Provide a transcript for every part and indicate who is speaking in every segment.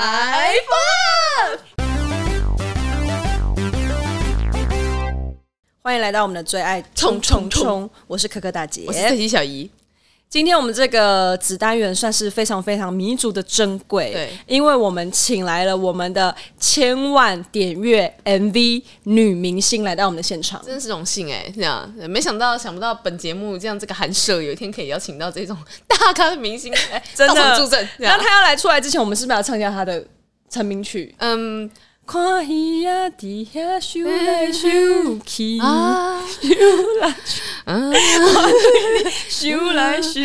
Speaker 1: Five Up。欢迎来到我们的最爱冲冲冲！我是可可大姐，
Speaker 2: 我是特级小姨，
Speaker 1: 今天我们这个子单元算是非常非常弥足的珍贵，
Speaker 2: 对
Speaker 1: 因为我们请来了我们的千万点阅 MV 女明星来到我们的现场，
Speaker 2: 真的是荣幸哎、这样没想到想不到本节目这样这个寒舍有一天可以邀请到这种大咖的明星哎、
Speaker 1: 真
Speaker 2: 到
Speaker 1: 的
Speaker 2: 场助阵，这
Speaker 1: 那
Speaker 2: 样
Speaker 1: 她要来出来之前，我们是不是要唱一下她的成名曲？
Speaker 2: 嗯
Speaker 1: 看鱼呀，底下咻来咻 去，
Speaker 2: 啊嗯
Speaker 1: 咻来咻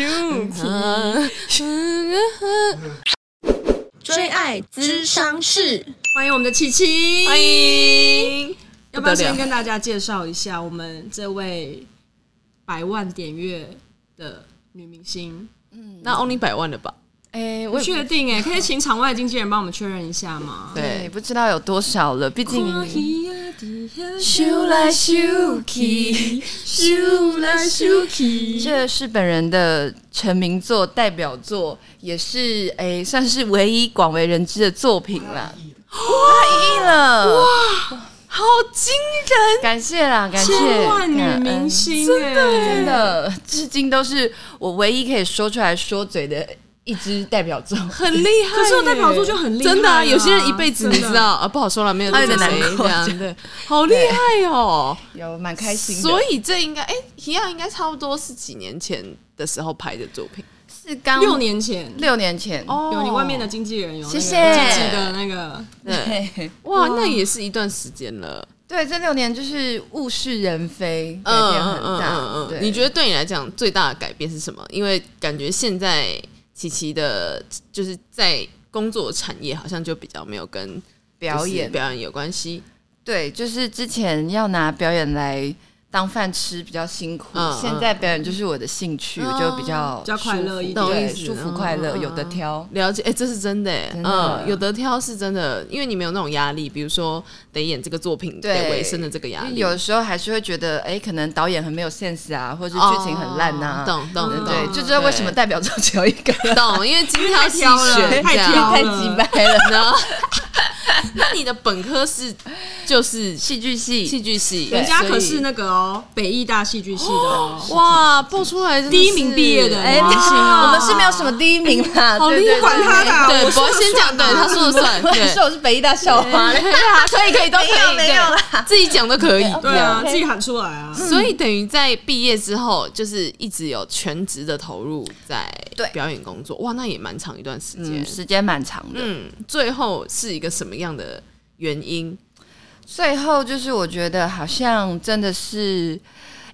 Speaker 1: 去。
Speaker 2: 嗯
Speaker 3: 追爱咨商室，
Speaker 1: 欢迎我们的琪琪，
Speaker 2: 欢。迎，
Speaker 1: 要不要
Speaker 2: 得了
Speaker 1: 先跟大家介绍一下我们这位百万点阅的女明
Speaker 2: 嗯
Speaker 1: 星？
Speaker 2: 那 only 百万了吧？
Speaker 4: 哎、
Speaker 1: 不
Speaker 4: 我也
Speaker 1: 确定哎，可以请场外经纪人帮我们确认一下吗？
Speaker 4: 对
Speaker 2: 对，
Speaker 4: 不知道有多少了，毕竟
Speaker 1: 咻来咻去，咻来咻去。
Speaker 4: 这是本人的成名作、代表作，也是哎、算是唯一广为人知的作品啦。太硬了，
Speaker 2: 好惊人！
Speaker 4: 感谢啦，感谢
Speaker 1: 千万女
Speaker 4: 感恩
Speaker 1: 明星哎，
Speaker 4: 真的，至今都是我唯一可以说出来说嘴的一支代表作。
Speaker 2: 很厉害耶，
Speaker 1: 可是我代表作就很厉害啊
Speaker 2: 真的啊！有些人一辈子
Speaker 1: 真
Speaker 2: 你
Speaker 1: 的
Speaker 2: 知道啊，不好说了，没有
Speaker 4: 他有点
Speaker 2: 得罪
Speaker 4: 难
Speaker 2: 谁
Speaker 4: 过
Speaker 2: 这样对，好厉害哦！
Speaker 4: 有蛮开心的，
Speaker 2: 所以这应该哎，一样应该差不多是几年前的时候拍的作品
Speaker 4: 是刚
Speaker 1: 六年前
Speaker 4: 六年前
Speaker 2: 哦
Speaker 1: 有你外面的经纪人有那个
Speaker 4: 谢谢
Speaker 1: 经纪的那个，
Speaker 2: 对，
Speaker 4: 对
Speaker 2: 哇，那也是一段时间了，
Speaker 4: 对，这六年就是物是人非，改
Speaker 2: 嗯
Speaker 4: 变
Speaker 2: 嗯
Speaker 4: 很
Speaker 2: 嗯
Speaker 4: 大。
Speaker 2: 嗯嗯
Speaker 4: 对，
Speaker 2: 你觉得对你来讲最大的改变是什么？因为感觉现在琪琪的就是在工作产业好像就比较没有跟
Speaker 4: 表
Speaker 2: 就是
Speaker 4: 演
Speaker 2: 表演有关系，
Speaker 4: 对，就是之前要拿表演来当饭吃比较辛苦，
Speaker 2: 嗯
Speaker 4: 现在表演就是我的兴趣，
Speaker 2: 嗯
Speaker 4: 就比较
Speaker 1: 比较快乐一点
Speaker 4: 舒
Speaker 2: 懂
Speaker 4: 服
Speaker 2: 意
Speaker 4: 对，
Speaker 2: 思
Speaker 4: 舒服
Speaker 2: 嗯
Speaker 4: 快乐，
Speaker 2: 嗯
Speaker 4: 有的挑。
Speaker 2: 了解，哎、这是真的、欸，
Speaker 4: 真的
Speaker 2: 嗯，有得挑是真的，因为你没有那种压力，比如说得演这个作品，
Speaker 4: 对
Speaker 2: 得维生的这个压力，
Speaker 4: 有的时候还是会觉得，哎，可能导演很没有 sense 啊，或者是剧情很烂呐、
Speaker 2: 哦懂懂懂，
Speaker 4: 对，就知道为什么代表作只有一个，
Speaker 2: 懂，因为精挑细
Speaker 1: 挑了
Speaker 2: 选，
Speaker 1: 太
Speaker 2: 这样
Speaker 1: 挑了
Speaker 4: 太鸡掰了。
Speaker 2: 然后，那你的本科是就是
Speaker 4: 戏剧
Speaker 2: 戏
Speaker 4: 系，
Speaker 2: 剧系，
Speaker 1: 人家可
Speaker 2: 所
Speaker 1: 是
Speaker 2: 以
Speaker 1: 那个哦，北艺大戏剧系的哦，
Speaker 2: 哇报出来真的
Speaker 1: 第一
Speaker 2: 是
Speaker 1: 名毕业的
Speaker 4: 哎，
Speaker 1: 哇
Speaker 4: 明星啊我们是没有什么第一名啦，
Speaker 1: 好
Speaker 4: 对
Speaker 1: 厉害，
Speaker 4: 对对
Speaker 1: 管他的啊，
Speaker 2: 对，
Speaker 1: 我
Speaker 2: 不
Speaker 1: 说
Speaker 2: 要
Speaker 1: 了
Speaker 2: 先讲，
Speaker 1: 算
Speaker 2: 对
Speaker 1: 啊
Speaker 2: 他说了算，
Speaker 4: 我
Speaker 2: 对
Speaker 4: 是，我是北艺大校花，
Speaker 2: 可以 啦，可以可以都可
Speaker 4: 没有
Speaker 2: 以，
Speaker 4: 没有啦
Speaker 2: 对自己讲都可以，
Speaker 1: 对啊，
Speaker 4: OK
Speaker 1: 自己喊出来啊。
Speaker 2: 所以等于在毕业之后，就是一直有全职的投入在
Speaker 4: 对
Speaker 2: 表演工作，哇，那也蛮长一段时间
Speaker 4: 嗯，。时间蛮长的。
Speaker 2: 嗯，最后是一个什么样的原因？
Speaker 4: 最后就是我觉得好像真的是，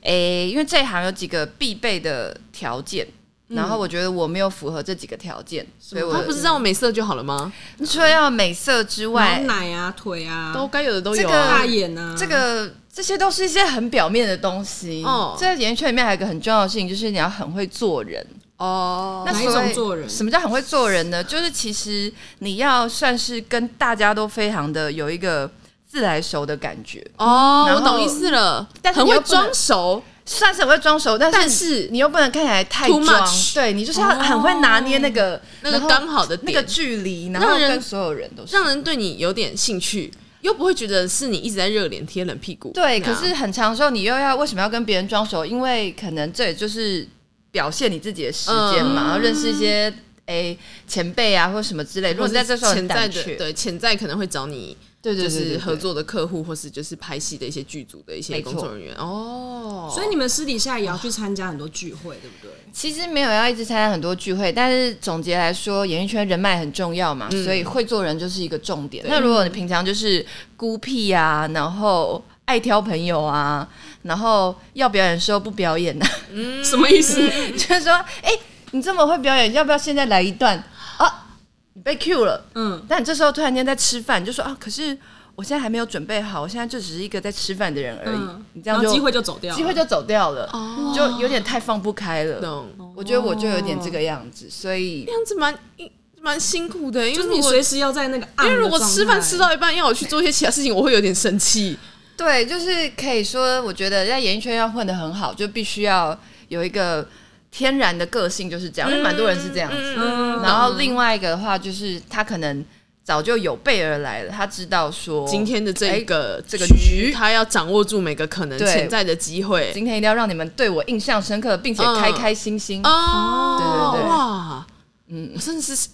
Speaker 4: 诶、因为这一行有几个必备的条件。
Speaker 1: 嗯
Speaker 4: 然后我觉得我没有符合这几个条件，所以我
Speaker 2: 他不是让我美色就好了吗？
Speaker 4: 除了要美色之
Speaker 1: 奶
Speaker 4: 外，
Speaker 1: 奶啊，腿啊，
Speaker 2: 都该有的都
Speaker 4: 这
Speaker 2: 有
Speaker 4: 个
Speaker 2: 啊
Speaker 1: 大。眼啊，
Speaker 4: 这个这些都是一些很表面的东西。
Speaker 2: 哦
Speaker 4: 在演艺圈里面还有一个很重要的事情，就是你要很会做人。
Speaker 2: 哦，
Speaker 4: 那
Speaker 1: 哪一
Speaker 4: 所
Speaker 1: 种
Speaker 4: 谓
Speaker 1: 做人
Speaker 4: 什么叫很会做人呢？就是其实你要算是跟大家都非常的有一个自来熟的感觉，
Speaker 2: 哦，
Speaker 4: 然
Speaker 2: 我
Speaker 4: 后
Speaker 2: 懂意思了，
Speaker 4: 但是
Speaker 2: 很
Speaker 4: 你
Speaker 2: 会
Speaker 4: 又不能
Speaker 2: 装熟，
Speaker 4: 算是很会装熟，但
Speaker 2: 但
Speaker 4: 是
Speaker 2: 是
Speaker 4: 你又不能看起来太
Speaker 2: Too
Speaker 4: 装
Speaker 2: much 嗯
Speaker 4: 对你就是要很会拿捏那个、
Speaker 2: 那个
Speaker 4: 然后
Speaker 2: 刚好的
Speaker 4: 那
Speaker 2: 点，
Speaker 4: 个距离，然后
Speaker 2: 让人
Speaker 4: 跟所有人都是
Speaker 2: 让人对你有点兴趣，又不会觉得是你一直在热脸贴冷屁股。
Speaker 4: 对。
Speaker 2: 这
Speaker 4: 可
Speaker 2: 样
Speaker 4: 是很长的时候，你又要为什么要跟别人装熟？因为可能这也就是表现你自己的时间嘛，
Speaker 2: 嗯
Speaker 4: 然后认识一些诶、前辈啊或什么之类。如果你在这时候很
Speaker 2: 潜在
Speaker 4: 胆
Speaker 2: 的
Speaker 4: 怯，
Speaker 2: 对潜在可能会找你，
Speaker 4: 对对
Speaker 2: 就
Speaker 4: 对对
Speaker 2: 是
Speaker 4: 对
Speaker 2: 合作的客户，或是就是拍戏的一些剧组的一些
Speaker 4: 没错
Speaker 2: 工作人员。哦，
Speaker 1: 所以你们私底下也要去参加很多聚会，对不对？
Speaker 4: 其实没有要一直参加很多聚会，但是总结来说，演艺圈人脉很重要
Speaker 1: 嗯
Speaker 4: 嘛，所以会做人就是一个重点。那如果你平常就是孤僻啊，然后爱挑朋友啊，然后要表演的时候不表演啊，
Speaker 2: 嗯
Speaker 1: 什么意思？
Speaker 4: 就是说，哎、你这么会表演，要不要现在来一段啊？你被 Q 了，
Speaker 1: 嗯，
Speaker 4: 但你这时候突然间在吃饭，你就说啊，可是我现在还没有准备好，我现在就只是一个在吃饭的人而已。
Speaker 1: 嗯
Speaker 4: 你这
Speaker 1: 然
Speaker 4: 样
Speaker 1: 后
Speaker 4: 就
Speaker 1: 机会就走掉了，
Speaker 4: 机会就走掉了，
Speaker 2: 哦
Speaker 4: 就有点太放不开了。
Speaker 2: 懂
Speaker 4: 我觉得我就有点
Speaker 2: 哦
Speaker 4: 这个样子，所以
Speaker 2: 这样子蛮蛮辛苦的，因
Speaker 1: 就
Speaker 2: 为
Speaker 1: 是你
Speaker 2: 如果
Speaker 1: 随时要在那个暗
Speaker 2: 因
Speaker 1: 的状态，
Speaker 2: 为如果吃饭吃到一半要我去做一些其他事情，我会有点生气。
Speaker 4: 对，就是可以说，我觉得在演艺圈要混得很好，就必须要有一个天然的个性，就是这样。因为蛮多人是这样子。
Speaker 2: 嗯
Speaker 1: 嗯
Speaker 4: 然后另外一个的话，就是他可能早就有备而来了，他知道说
Speaker 2: 今天的这个
Speaker 4: 这个
Speaker 2: 局，
Speaker 4: 局
Speaker 2: 他要掌握住每个可能
Speaker 4: 哎对
Speaker 2: 潜在的机会。
Speaker 4: 今天一定要让你们对我印象深刻，并且
Speaker 2: 嗯
Speaker 4: 开开心心。
Speaker 2: 哦，
Speaker 4: 对对对
Speaker 2: 哇，嗯，我真的是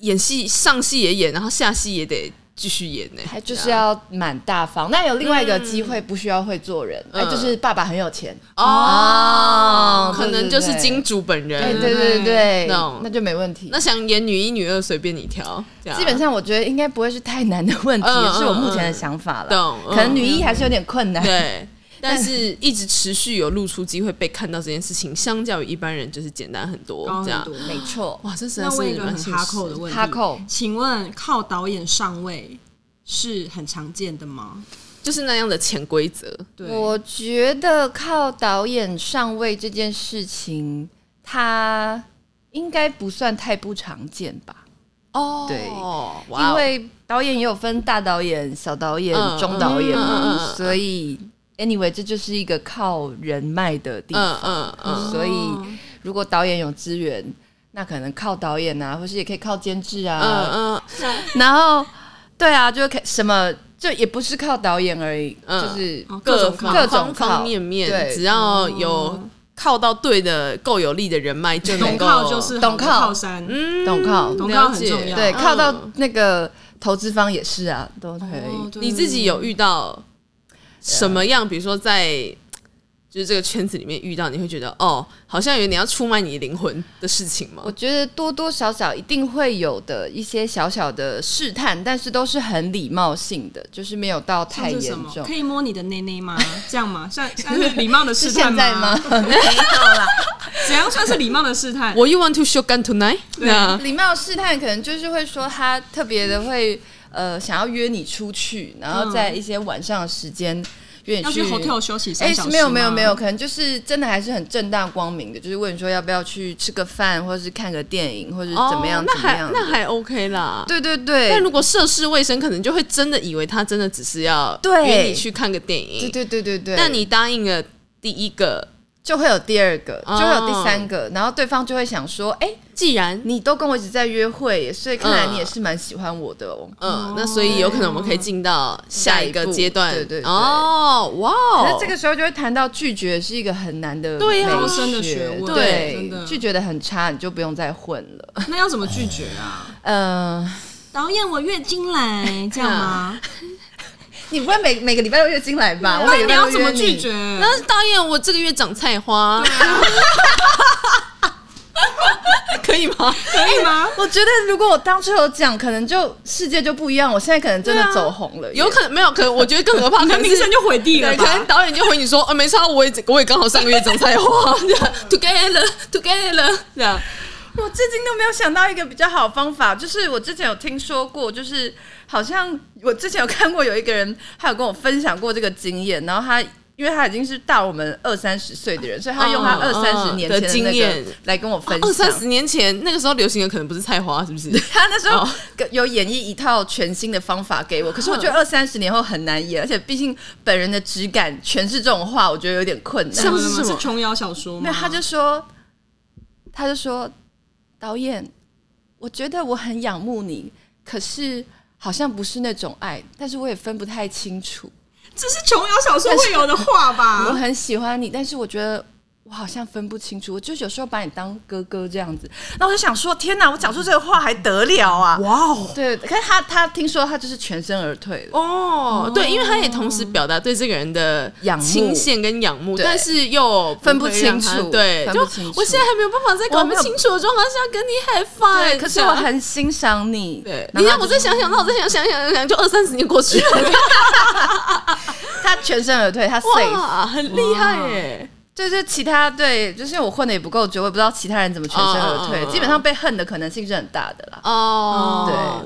Speaker 2: 演戏上戏也演，然后下戏也得继续演呢、
Speaker 4: 他就是要蛮大方，那有另外一个机会不需要会做人，
Speaker 2: 嗯
Speaker 4: 哎，就是爸爸很有钱
Speaker 2: 哦
Speaker 4: 哦，
Speaker 2: 可能就是金
Speaker 4: 金，
Speaker 2: 主本人。
Speaker 4: 对哎对对对，
Speaker 2: 那种
Speaker 4: 那就没问题
Speaker 2: 那。想演女一、女二，随便你挑。这样
Speaker 4: 基本上我觉得应该不会是太难的问题，
Speaker 2: 嗯
Speaker 4: 是我目前的想法了。
Speaker 2: 懂嗯
Speaker 4: 可能女一还是有点困难。
Speaker 2: 对，但是一直持续有露出机会被看到这件事情，相较于一般人就是简单很多。
Speaker 1: 高
Speaker 2: 这
Speaker 1: 很
Speaker 2: 样
Speaker 1: 多，
Speaker 4: 没错，
Speaker 2: 哇，这实在
Speaker 1: 那
Speaker 2: 是
Speaker 1: 问一个
Speaker 2: 蛮
Speaker 1: 很
Speaker 2: 现
Speaker 1: 哈
Speaker 2: 实
Speaker 1: 扣的问题，
Speaker 4: 哈扣
Speaker 1: 请问靠导演上位是很常见的吗？
Speaker 2: 就是那样的潜规则。
Speaker 1: 对，
Speaker 4: 我觉得靠导演上位这件事情，它应该不算太不常见吧。
Speaker 2: 哦
Speaker 4: 对
Speaker 2: 哇哦
Speaker 4: 因为导演也有分大导演、小导演、
Speaker 2: 嗯
Speaker 4: 中导演
Speaker 2: 嗯
Speaker 4: 嘛，
Speaker 2: 嗯嗯嗯
Speaker 4: 所以 anyway 这就是一个靠人脉的地方。
Speaker 2: 嗯嗯嗯，
Speaker 4: 所以如果导演有资源，那可能靠导演啊，或是也可以靠监制啊，
Speaker 2: 嗯
Speaker 4: 然后对啊，就可什么就也不是靠导演而已，
Speaker 2: 嗯
Speaker 4: 就是
Speaker 1: 哦各
Speaker 2: 各
Speaker 1: 种
Speaker 4: 各
Speaker 2: 方方
Speaker 4: 种
Speaker 2: 方
Speaker 4: 靠
Speaker 2: 面面，
Speaker 4: 对哦
Speaker 2: 只要有靠到对的、够有力的人脉，就能
Speaker 1: 懂
Speaker 2: 够
Speaker 1: 靠就是
Speaker 4: 懂
Speaker 1: 好的
Speaker 4: 靠
Speaker 1: 靠山，
Speaker 2: 嗯
Speaker 4: 懂靠
Speaker 1: 懂靠很
Speaker 2: 了解
Speaker 1: 重要，
Speaker 4: 对
Speaker 2: 嗯
Speaker 4: 靠到那个投资方也是啊，都可
Speaker 1: 哦
Speaker 4: 以。
Speaker 1: 对
Speaker 2: 你自己有遇到什么样？比如说在。就是这个圈子里面遇到，你会觉得哦，好像有点要出卖你灵魂的事情吗
Speaker 4: 我？觉得多多少少一定会有的一些小小的试探，但是都是很礼貌性的，就是没有到
Speaker 1: 像
Speaker 4: 太
Speaker 1: 是
Speaker 4: 严
Speaker 1: 什么？
Speaker 4: 重
Speaker 1: 可。以摸你的内内 吗？这样吗？算算是礼貌的试
Speaker 4: 是
Speaker 1: 探
Speaker 4: 现在吗？？
Speaker 1: 怎样算是礼貌的试探？
Speaker 2: 我 you want to show gun tonight？对啊，
Speaker 4: 礼貌试探可能就是会说他特别的会呃想要约你出去，然后在一些晚上的时间约
Speaker 1: 嗯要
Speaker 4: 你
Speaker 1: 去 hotel 休息
Speaker 4: 哎、
Speaker 1: 三小时吗
Speaker 4: 没有没有没有，，可能就是真的还是很正大光明的，就是问你说要不要去吃个饭，或者是看个电影，或者是 怎么样、
Speaker 2: 哦那
Speaker 4: 怎么
Speaker 2: 还
Speaker 4: 样
Speaker 2: 那
Speaker 4: 的。
Speaker 2: 还 OK 啦。
Speaker 4: 对对对，
Speaker 2: 但如果涉世未深，可能就会真的以为他真的只是要
Speaker 4: 对
Speaker 2: 约你去看个电
Speaker 4: 对
Speaker 2: 影。
Speaker 4: 对对对对，
Speaker 2: 但你答应了第一个，
Speaker 4: 就会有第二个，
Speaker 2: 哦
Speaker 4: 就会有第三个，然后对方就会想说，哎、
Speaker 2: 既然
Speaker 4: 你都跟我一直在约会耶，所以看来
Speaker 2: 嗯
Speaker 4: 你也是蛮喜欢我的哦。
Speaker 2: 嗯，那所以有可能我们可以进到下一个阶段。
Speaker 4: 下一步对对对
Speaker 2: 哦，哇
Speaker 4: 可
Speaker 2: 哦，
Speaker 4: 是这个时候就会谈到拒绝是一个很难的
Speaker 2: 对啊
Speaker 4: 美
Speaker 2: 高
Speaker 1: 深的学问
Speaker 4: 对，
Speaker 1: 真的
Speaker 4: 拒绝的很差，你就不用再混了。
Speaker 1: 那要怎么拒绝啊？
Speaker 4: 嗯、
Speaker 1: 导演，我月经来，这样
Speaker 4: 啊
Speaker 1: 吗？
Speaker 4: 你不会每每个礼拜都月经来吧？我
Speaker 1: 那
Speaker 4: 每个礼
Speaker 1: 你
Speaker 4: 拜都
Speaker 1: 要怎么
Speaker 4: 约你
Speaker 1: 拒绝？？
Speaker 2: 但是导演，我这个月长菜 花，可以吗？
Speaker 1: 可以吗？
Speaker 4: 我觉得如果我当初有讲，可能就世界就不一样。我现在可能真
Speaker 2: 对啊
Speaker 4: 的走红了耶，
Speaker 2: 有可能没有，可能我觉得更可怕，可
Speaker 1: 那
Speaker 2: 能
Speaker 1: 名声
Speaker 2: 是。
Speaker 1: 就毁地了
Speaker 2: 对，
Speaker 1: 吧
Speaker 2: 可？能导演就回你说，哦，没差，我也我也刚好上个月长 菜花，together together 这样，
Speaker 4: 我至今都没有想到一个比较好的方法，就是我之前有听说过，就是好像我之前有看过有一个人，他有跟我分享过这个经验，然后他。因为他已经是大我们二三十岁的人，所以他用他
Speaker 2: 嗯
Speaker 4: 二三
Speaker 2: 嗯
Speaker 4: 十年
Speaker 2: 的
Speaker 4: 前哦的
Speaker 2: 经
Speaker 4: 那
Speaker 2: 验
Speaker 4: 个来跟我分
Speaker 2: 哦二
Speaker 4: 享
Speaker 2: 三。十年前那个时候流行的可能不是菜花，是不是？
Speaker 4: 他那时候
Speaker 2: 哦
Speaker 4: 跟有演绎一套全新的方法给我， 可是我觉得二三十年后很难演，而且毕竟本人的质感全是这种话，我觉得有点困难。
Speaker 2: 像
Speaker 1: 是
Speaker 2: 是什么
Speaker 1: 琼瑶小说
Speaker 4: 没
Speaker 1: 吗？
Speaker 4: 有，他就说，他就说，导演，我觉得我很仰慕你，可是好像不是那种爱，但是我也分不太清楚。
Speaker 1: 这是琼瑶小说会有的话
Speaker 2: 啊
Speaker 4: 我
Speaker 1: 吧？
Speaker 4: 很喜欢你，但是我觉得。我好像分不清楚，我就有时候把你当哥哥这样子，那我就想说，天哪，我讲出这个话还得了啊？
Speaker 1: 哇哦！
Speaker 4: 对，可是他他听说他就是全身而退了，
Speaker 2: 哦，对，因为他也同时表达对这个人的
Speaker 4: 仰慕
Speaker 2: 倾羡跟仰慕，
Speaker 4: 对
Speaker 2: 但是又
Speaker 4: 分
Speaker 2: 不
Speaker 4: 不
Speaker 2: 会让
Speaker 4: 清
Speaker 2: 他
Speaker 4: 楚
Speaker 2: 对，
Speaker 4: 分
Speaker 2: 就
Speaker 4: 不清楚
Speaker 2: 我现在还没有办法在搞
Speaker 4: 我
Speaker 2: 不
Speaker 4: 没有
Speaker 2: 清楚的状况下跟你 have fun
Speaker 4: 对，可是我很欣赏你，
Speaker 2: 对，
Speaker 4: 然
Speaker 2: 你
Speaker 4: 后他
Speaker 2: 让我
Speaker 4: 就
Speaker 2: 再想想，让我再想想想想想，就二三十年过去了，
Speaker 4: 他全身而退，他 safe，
Speaker 2: 哇，很厉害耶！
Speaker 4: 就是其他对，就是因为我混的也不够久，我也不知道其他人怎么全身而退
Speaker 2: 嗯嗯嗯嗯
Speaker 4: 基本上被恨的可能性是很大的啦。
Speaker 2: 哦，
Speaker 4: 嗯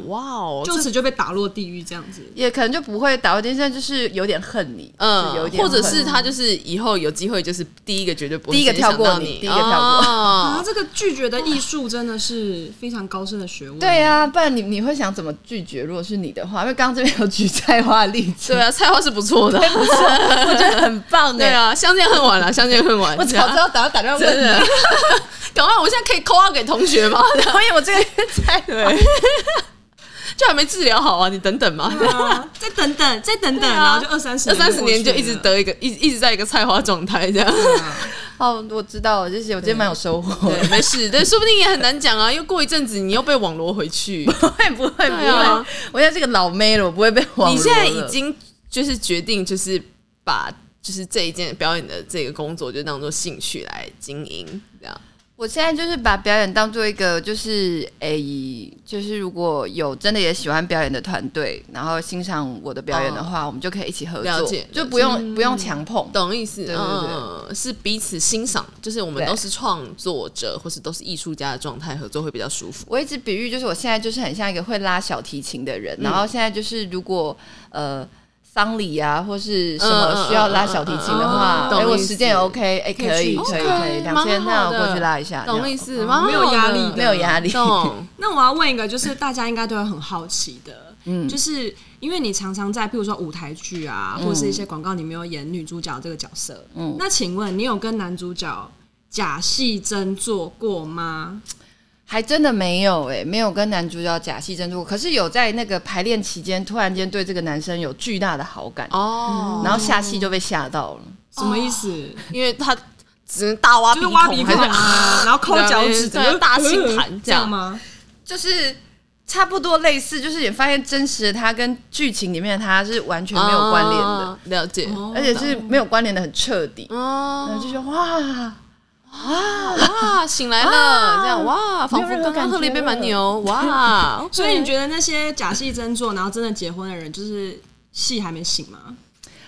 Speaker 2: 对，哇哦，
Speaker 1: 就此就被打落地狱这样子。
Speaker 4: 也可能就不会打回天现在就是有点恨你，嗯，
Speaker 2: 嗯
Speaker 4: 有一，点
Speaker 2: 或
Speaker 4: 恨，
Speaker 2: 者是他就是以后有机会，就是第一个绝对不会
Speaker 4: 第一个
Speaker 2: 先想
Speaker 4: 跳过
Speaker 2: 到
Speaker 4: 你
Speaker 2: 你，哦
Speaker 4: 第一个跳过
Speaker 1: 然后
Speaker 2: 过，
Speaker 1: 啊这个拒绝的艺术真的是非常高深的学问。
Speaker 4: 对啊呀、不然你你会想怎么拒绝？如果是你的话，因为刚刚这边有举菜花的例 子，
Speaker 2: 对啊，菜花是不错 的，
Speaker 4: 啊我觉得很棒
Speaker 2: 对
Speaker 4: 的。
Speaker 2: 啊，相见恨晚了，相见恨晚，
Speaker 4: 我早知道打打电话问
Speaker 2: 真的
Speaker 4: 你，，
Speaker 2: 赶快，我现在可以扣二给同学吗？
Speaker 4: 导演，我这个月菜花
Speaker 2: 对，就还没治疗好啊，你等等嘛。
Speaker 5: 啊再等等，再等等，
Speaker 2: 啊
Speaker 5: 然后就二三十，
Speaker 2: 二三十年就一直
Speaker 5: 等。
Speaker 2: 得一个一一直在一个菜花状态这样，
Speaker 4: 哦，我知道了，谢谢，我今天蛮有收获的。
Speaker 2: 对，没事，对，说不定也很难讲啊。又过一阵子，你又被网罗 回去，
Speaker 4: 不会不会不
Speaker 2: 对啊
Speaker 4: 会，我现在是个老妹了，我不会被网罗了
Speaker 2: 你现在已经就是决定，就是把就是这一件表演的这个工作，就当做兴趣来经营，这样。
Speaker 4: 我现在就是把表演当做一个，就是诶、就是如果有真的也喜欢表演的团队，然后欣赏我的表演的话，我们就可以一起合
Speaker 2: 了
Speaker 4: 作
Speaker 2: 解，
Speaker 4: 就不用不用强碰。
Speaker 2: 懂意思？
Speaker 4: 对对
Speaker 2: 嗯，是彼此欣赏，就是我们
Speaker 4: 对
Speaker 2: 都是创作者，或是都是艺术家的状态合作会比较舒服。
Speaker 4: 我一直比喻就是我现在就是很像一个会拉小提琴的人，然后现在就是如果呃。嗯丧礼啊，或是什么需要拉小提琴的话
Speaker 2: 嗯嗯嗯嗯，嗯
Speaker 4: 哎、
Speaker 2: 懂
Speaker 4: 我
Speaker 2: 意思
Speaker 4: 时间也 OK，哎、可以，
Speaker 5: 可以去
Speaker 4: 可以，
Speaker 2: OK，
Speaker 4: 可以，两
Speaker 2: 蛮
Speaker 4: 千，
Speaker 2: 好
Speaker 4: 那我
Speaker 2: 的
Speaker 4: 过去拉一下，
Speaker 2: 懂
Speaker 4: 这
Speaker 2: 意
Speaker 4: 样嗯
Speaker 2: 思吗？
Speaker 5: 没有压力的
Speaker 4: 没有压力
Speaker 2: 懂。
Speaker 5: 那我要问一个，就是大家应该都会很好奇的，
Speaker 4: 嗯
Speaker 5: 就是因为你常常在，譬如说舞台剧啊，或者是一些广告里面有演女主角这个角色，
Speaker 4: 嗯
Speaker 5: 那请问你有跟男主角假戏真做过吗？
Speaker 4: 还真的没有哎、没有跟男主角假戏真做，可是有在那个排练期间，突然间对这个男生有巨大的好感，
Speaker 2: 哦，
Speaker 4: 嗯然后下戏就被吓到了。
Speaker 5: 什么意思？
Speaker 2: 因为他只能大挖
Speaker 5: 就
Speaker 2: 哦鼻
Speaker 5: 是
Speaker 2: 孔，
Speaker 5: 挖鼻孔
Speaker 2: 还是
Speaker 5: 啊，然后抠脚趾，嗯
Speaker 2: 对啊大清盘
Speaker 5: 这样吗？
Speaker 4: 就是差不多类似，就是也发现真实的他跟剧情里面的他是完全没有关联的，
Speaker 2: 啊了解。
Speaker 5: 哦
Speaker 4: 而且是没有关联的很彻底。然
Speaker 2: 哦，
Speaker 4: 后就觉得哇，
Speaker 2: 哇，醒来了，
Speaker 4: 啊
Speaker 2: 这样哇，仿佛刚刚喝了一杯蛮 牛，哇，
Speaker 5: 所以你觉得那些假戏真做，然后真的结婚的人，就是戏还没醒吗？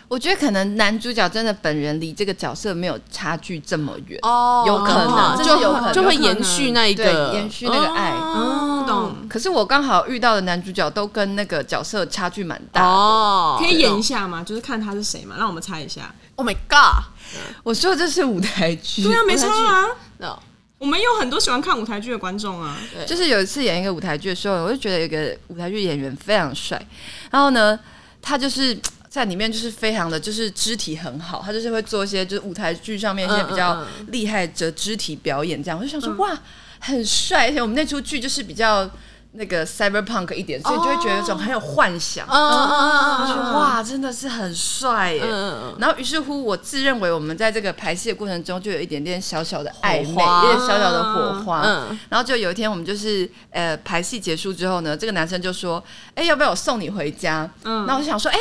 Speaker 4: 我觉得可能男主角真的本人离这个角色没有差距这么远，
Speaker 2: 哦
Speaker 4: 有可能这是
Speaker 2: 就
Speaker 4: 有可能
Speaker 2: 就会
Speaker 5: 有可能
Speaker 2: 延续那一个，
Speaker 4: 对延续那个爱
Speaker 5: 哦，懂。
Speaker 4: 可是我刚好遇到的男主角都跟那个角色差距蛮大的。
Speaker 2: 哦，
Speaker 5: 可以演一下吗？就是看他是谁嘛，让我们猜一下。
Speaker 2: ，Oh my God，
Speaker 4: 我说的这是舞台剧，
Speaker 5: 对啊，没差啊。
Speaker 2: 那
Speaker 5: 我们有很多喜欢看舞台剧的观众啊，
Speaker 2: 对
Speaker 4: 就是有一次演一个舞台剧的时候，我就觉得有一个舞台剧演员非常帅，然后呢，他就是在里面就是非常的就是肢体很好，他就是会做一些就是舞台剧上面一些比较
Speaker 2: 嗯嗯
Speaker 4: 厉害的肢体表演，这样我就想说、哇，很帅，而且我们那出剧就是比较那个 cyberpunk 一点，所以就会觉得有种很有幻想，
Speaker 2: 哦嗯嗯嗯
Speaker 4: 就觉得哇，真的是很帅耶。
Speaker 2: 嗯嗯
Speaker 4: 然后，于是乎，我自认为我们在这个排戏的过程中，就有一点点小小的暧昧，
Speaker 2: 火花
Speaker 4: 有点小小的火花。
Speaker 2: 嗯
Speaker 4: 然后就有一天，我们就是呃排戏结束之后呢，这个男生就说：“哎、要不要我送你回家？”嗯，那我就想说：“哎、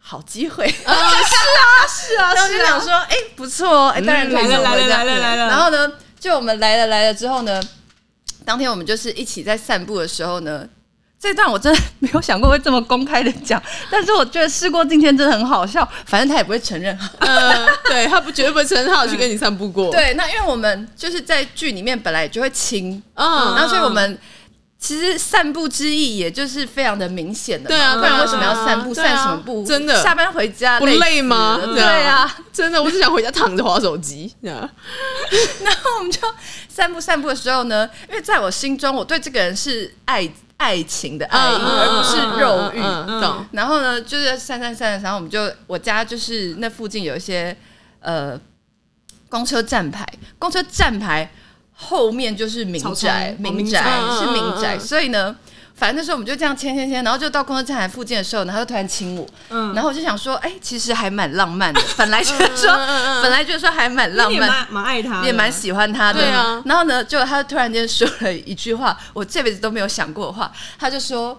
Speaker 4: 好机 会。
Speaker 5: 哦是啊嗯
Speaker 4: 然后我就想说：“哎、不错哦，哎、当然可以送我回家
Speaker 5: 来了来了来了
Speaker 4: 然后呢，就我们来了来了之后呢，当天我们就是一起在散步的时候呢。这段我真的没有想过会这么公开的讲，但是我觉得事过境迁真的很好笑。反正他也不会承 认，
Speaker 2: 嗯，
Speaker 5: 呃
Speaker 2: 对他不绝对不会承认他有去跟你散步过，，
Speaker 4: 对，那因为我们就是在剧里面本来就会亲，
Speaker 2: 嗯
Speaker 4: 然后所以我们其实散步之意也就是非常的明显的嘛，
Speaker 2: 对啊
Speaker 4: 不然为什么要散步？
Speaker 2: 对啊
Speaker 4: 散什么步？
Speaker 2: 真的
Speaker 4: 下班回家
Speaker 2: 不
Speaker 4: 累
Speaker 2: 累
Speaker 4: 死
Speaker 2: 吗？
Speaker 4: 了
Speaker 2: 这
Speaker 4: 对
Speaker 2: 样
Speaker 4: 啊，，
Speaker 2: 真的，我只想回家躺着划手 机，这样
Speaker 4: 然后我们就散步散步的时候呢，因为在我心中，我对这个人是爱爱情的爱意，而不是肉欲。
Speaker 2: 嗯嗯嗯懂？
Speaker 4: 然后呢，就是散散散，然后我们就我家就是那附近有一些呃公车站牌，公车站牌后面就是民
Speaker 5: 草丛
Speaker 4: 宅
Speaker 5: 哦，
Speaker 4: 民
Speaker 5: 民
Speaker 4: 宅
Speaker 2: 宅
Speaker 4: 是
Speaker 2: 嗯嗯嗯
Speaker 4: 民宅，
Speaker 2: 嗯
Speaker 4: 所以呢。反正那时候我们就这样牵牵牵，然后就到公车站台附近的时候，然后他就突然亲我，
Speaker 5: 嗯
Speaker 4: 然后我就想说，哎、其实还蛮浪漫的。本来觉得说，本来觉得说还蛮浪
Speaker 5: 你也
Speaker 4: 漫，
Speaker 5: 蛮蛮爱他的，
Speaker 4: 也蛮喜欢他的。
Speaker 2: 对啊
Speaker 4: 然后呢，就他突然间说了一句话，我这辈子都没有想过的话，他就说，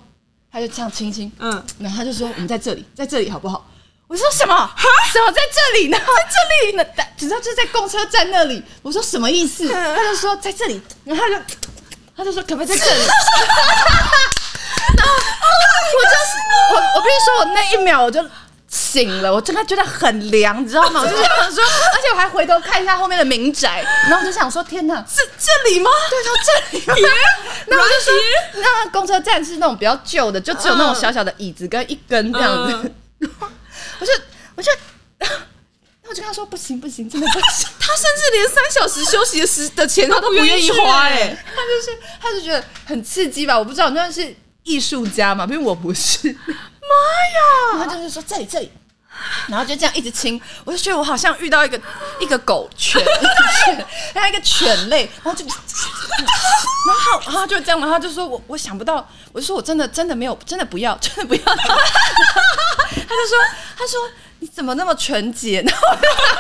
Speaker 4: 他就这样亲亲，
Speaker 5: 嗯，
Speaker 4: 然后他就说我们在这里，在这里好不好？我说什么？什么在这里呢？在这里呢？那只知道就是在公车站那里。我说什么意思？他就说在这里，然后他就他就说可不可以在这 里？然后我就是我，我必须说，我那一秒我就醒了，我真的觉得很凉，你知 道吗？我就想说，而且我还回头看一下后面的民宅， 然后我就想说，天哪，是这里吗？对， 说这里吗？那我就说，那公车站是那种比较旧的，就只有那种小小的椅子跟一根这样子。我就我就，那我就跟他说，不行不行，真的不行。
Speaker 2: 他甚至连三小时休息的时的钱他都不愿意花， 哎，
Speaker 4: 他就是他就觉得很刺激吧，我不知道，那是艺术家嘛，因为我不是。妈呀！然后他就是说这里这里，然后就这样一直亲，我就觉得我好像遇到一个一个狗犬犬，然后一个犬类，然后就，然后然后就这样，然后就说我我想不到，我就说我真的真的没有，真的不要，真的不要。然后 他就说他说你怎么那么纯洁？然后我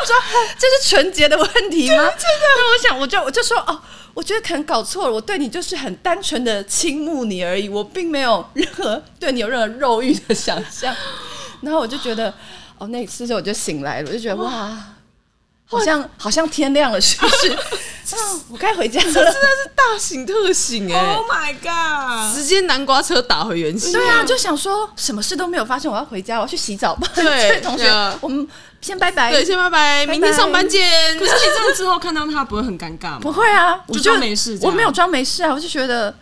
Speaker 4: 就说这是纯洁的问题 吗？真的，我想我就我就说哦。我觉得可能搞错了，我对你就是很单纯的倾慕你而已，我并没有任何对你有任何肉欲的想 象。然后我就觉得，哦，那一次之后我就醒来了，我就觉得哇，好像好像天亮了，是不 是？啊我该回家了。
Speaker 2: 是大醒特醒哎、
Speaker 5: Oh my god！
Speaker 2: 直接南瓜车打回原形。
Speaker 4: 对啊，就想说什么事都没有发生，我要回家，我要去洗 澡吧。
Speaker 2: 对
Speaker 4: 所以同学
Speaker 2: 对啊，
Speaker 4: 我们先拜拜。
Speaker 2: 对，先拜拜，明天上班见。
Speaker 5: 可是你这样之后看到他不会很尴尬
Speaker 4: 不
Speaker 5: 吗？
Speaker 4: 会啊，我
Speaker 5: 就装没事这
Speaker 4: 我
Speaker 5: 样
Speaker 4: 没有装没事啊，我就觉得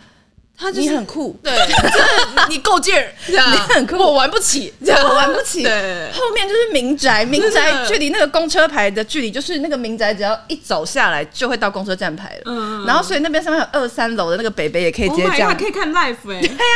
Speaker 2: 他就
Speaker 4: 你
Speaker 2: 是
Speaker 4: 很酷，
Speaker 2: 对，真的你够劲儿，这样
Speaker 4: 你很酷
Speaker 2: 我玩不起，这样
Speaker 4: 我玩不起。
Speaker 2: 对，
Speaker 4: 后面就是民宅，民宅距离那个公车牌的距离，就是那个民宅只要一走下来就会到公车站牌了。
Speaker 5: 嗯
Speaker 4: 然后所以那边上面有二三楼的那个北北也可以直
Speaker 5: Oh
Speaker 4: 接
Speaker 5: my
Speaker 4: 这样
Speaker 5: god！可以看 live 哎、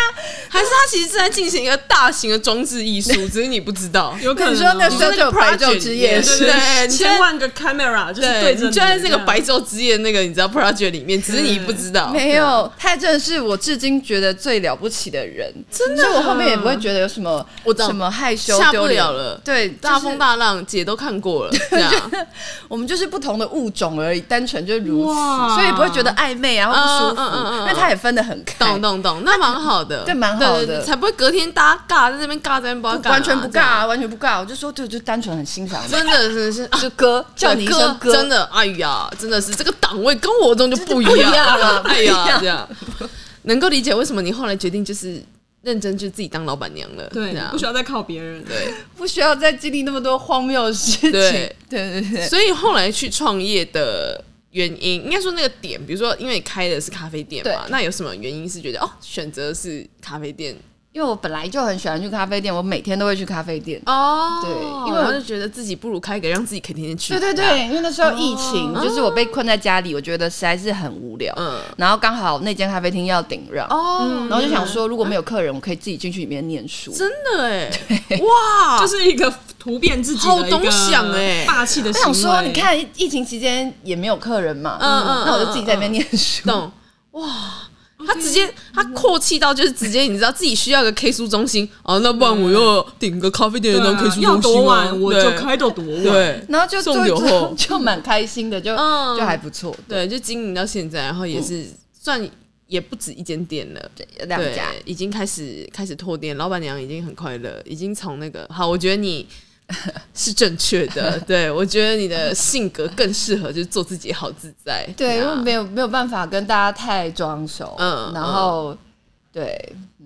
Speaker 2: 还是他其实正在进行一个大型的装置艺术，只是你不知 道。
Speaker 5: 有可能、
Speaker 4: 你说那
Speaker 5: 哦
Speaker 4: 时候就有白昼之夜，
Speaker 2: 对
Speaker 4: 是
Speaker 2: 对对，你
Speaker 5: 千
Speaker 2: 现在
Speaker 5: 万个 camera 就是
Speaker 2: 对，
Speaker 5: 对
Speaker 2: 你
Speaker 5: 着
Speaker 2: 就在那个
Speaker 5: 这样
Speaker 2: 白昼之夜那个你知道 project 里面，只是你不知道。
Speaker 4: 没有，他真的是我至今觉得最了不起的人，真的。所以我后面也不会觉得有什么
Speaker 2: 我懂
Speaker 4: 什么害羞
Speaker 2: 下不
Speaker 4: 丢脸
Speaker 2: 了了
Speaker 4: 对，
Speaker 2: 大
Speaker 4: 就是
Speaker 2: 风大浪，姐都看过了，这 样
Speaker 4: 我们就是不同的物种而已，单纯就如此，
Speaker 5: 哇
Speaker 4: 所以也不会觉得暧昧啊或不舒服，
Speaker 2: 嗯嗯嗯嗯嗯
Speaker 4: 因为他也分得很开，
Speaker 2: 懂懂懂，那蛮好的，
Speaker 4: 对蛮好的
Speaker 2: 对对才不会隔天大家尬在那边尬在那边不知道干嘛
Speaker 4: 完全不
Speaker 2: 这
Speaker 4: 尬、
Speaker 2: 样
Speaker 4: 啊，完全不尬。我就说，对，就单纯很欣赏你，
Speaker 2: 真的是是
Speaker 4: 就哥叫你一声哥，
Speaker 2: 真的，哎呀，真的是这个档位跟我中就不一
Speaker 4: 真的不一
Speaker 2: 样
Speaker 4: 样啊
Speaker 2: 哎
Speaker 4: 不一
Speaker 2: 呀，
Speaker 4: 样
Speaker 2: 这样能够理解为什么你后来决定就是认真就自己当老板娘了，这
Speaker 5: 对，
Speaker 2: 样
Speaker 5: 不需要再靠别人。
Speaker 2: 对，
Speaker 4: 不需要再经历那么多荒谬的事情。
Speaker 2: 对
Speaker 4: 对对对，
Speaker 2: 所以后来去创业的原因，应该说那个点，比如说因为你开的是咖啡店嘛
Speaker 4: 对，
Speaker 2: 那有什么原因是觉得哦，选择是咖啡店
Speaker 4: 因为我本来就很喜欢去咖啡店，我每天都会去咖啡店。
Speaker 2: 哦
Speaker 4: 对
Speaker 2: 因
Speaker 4: 因
Speaker 2: 为我
Speaker 4: 为我
Speaker 2: 就觉得自己不如开一个让自己可以天天去，
Speaker 4: 对对
Speaker 2: 这样，
Speaker 4: 对，因为那时候疫情，就是我被困在家里，我觉得实在是很无聊。
Speaker 2: 嗯，
Speaker 4: 然后刚好那间咖啡厅要顶让，
Speaker 2: 哦，
Speaker 5: 嗯
Speaker 4: 然后就想说，如果没有客人，我可以自己进去里面念书。
Speaker 2: 真的哎，哇，
Speaker 5: 就是一个突变自己的一个
Speaker 2: 好懂想欸
Speaker 5: 霸气的
Speaker 4: 我
Speaker 5: 行为。
Speaker 4: 想说，你，看疫情期间也没有客人嘛，
Speaker 2: 嗯嗯
Speaker 4: 那我就自己在那边念书。
Speaker 2: 懂哇。他直接，他
Speaker 5: 嗯
Speaker 2: 阔气到就是直接，你知道自己需要一个 K 书中心哦，那不然我要顶个咖啡店
Speaker 5: 对
Speaker 2: 的当
Speaker 5: 啊
Speaker 2: K 书中心、啊
Speaker 5: 要多晚我就
Speaker 2: 对
Speaker 5: 开到多晚。
Speaker 2: 对
Speaker 4: 然后就
Speaker 2: 送酒
Speaker 4: 就
Speaker 2: 后
Speaker 4: 就就蛮开心的，就
Speaker 2: 嗯
Speaker 4: 就还不错，
Speaker 2: 对，就经营到现在，然后也是、算也不止一间店了，
Speaker 4: 两家。
Speaker 2: 对，已经开始开始拓店，老板娘已经很快乐，已经从那个好，我觉得 你是正确的，对我觉得你的性格更适合就是做自己，好自在，
Speaker 4: 对，因为
Speaker 2: 啊
Speaker 4: 没有没有办法跟大家太装熟，
Speaker 2: 嗯
Speaker 4: 嗯，然后、对，嗯，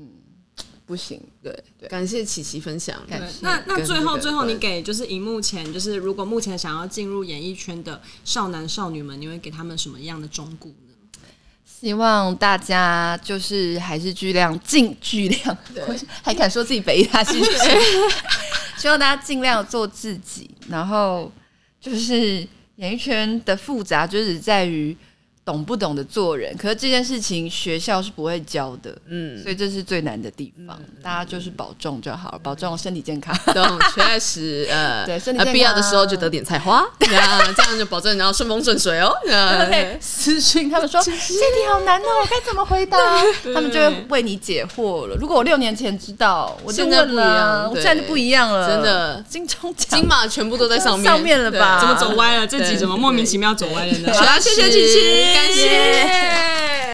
Speaker 4: 不行，对对，
Speaker 2: 感谢琪琪分享，
Speaker 4: 感
Speaker 5: 对
Speaker 4: 谢
Speaker 5: 那那
Speaker 2: 跟
Speaker 5: 最
Speaker 2: 这
Speaker 5: 后
Speaker 2: 个
Speaker 5: 最后，你
Speaker 2: 对
Speaker 5: 给就是荧幕前，就是如果目前想要进入演艺圈的少男少女们，你会给他们什么样的忠告呢？
Speaker 4: 希望大家就是还是巨量尽巨量，我 还敢说自己北艺大戏剧系，希望大家尽量做自己，然后就是演艺圈的复杂，就是在于懂不懂得做人，可是这件事情学校是不会教的，
Speaker 2: 嗯
Speaker 4: 所。以这是最难的地方，大家就是保重就好了，保重身体健康。
Speaker 2: 懂，确 实，呃，
Speaker 4: 对身体
Speaker 2: 呃，
Speaker 4: 健
Speaker 2: 必要的
Speaker 4: 康
Speaker 2: 时候就得点菜 花，那这样就保证然后顺风顺水哦。
Speaker 4: 他
Speaker 2: 呃
Speaker 4: 们会私讯，他们说这题好难哦，我该怎么回答？他们就会为你解惑了。如果我六年前知道，我就
Speaker 2: 现在
Speaker 4: 问
Speaker 2: 不一样
Speaker 4: 了，我
Speaker 2: 对
Speaker 4: 现在就不一样
Speaker 2: 呃
Speaker 4: 了，
Speaker 2: 真的
Speaker 4: 金钟奖
Speaker 2: 金马全部都在上面，
Speaker 4: 呃上面了吧
Speaker 5: 怎
Speaker 2: 对
Speaker 5: 么
Speaker 4: 啊
Speaker 5: 走歪了？这
Speaker 2: 对
Speaker 5: 集怎么莫名其妙走歪了呢？
Speaker 2: 好啦，谢谢琪琪，感谢。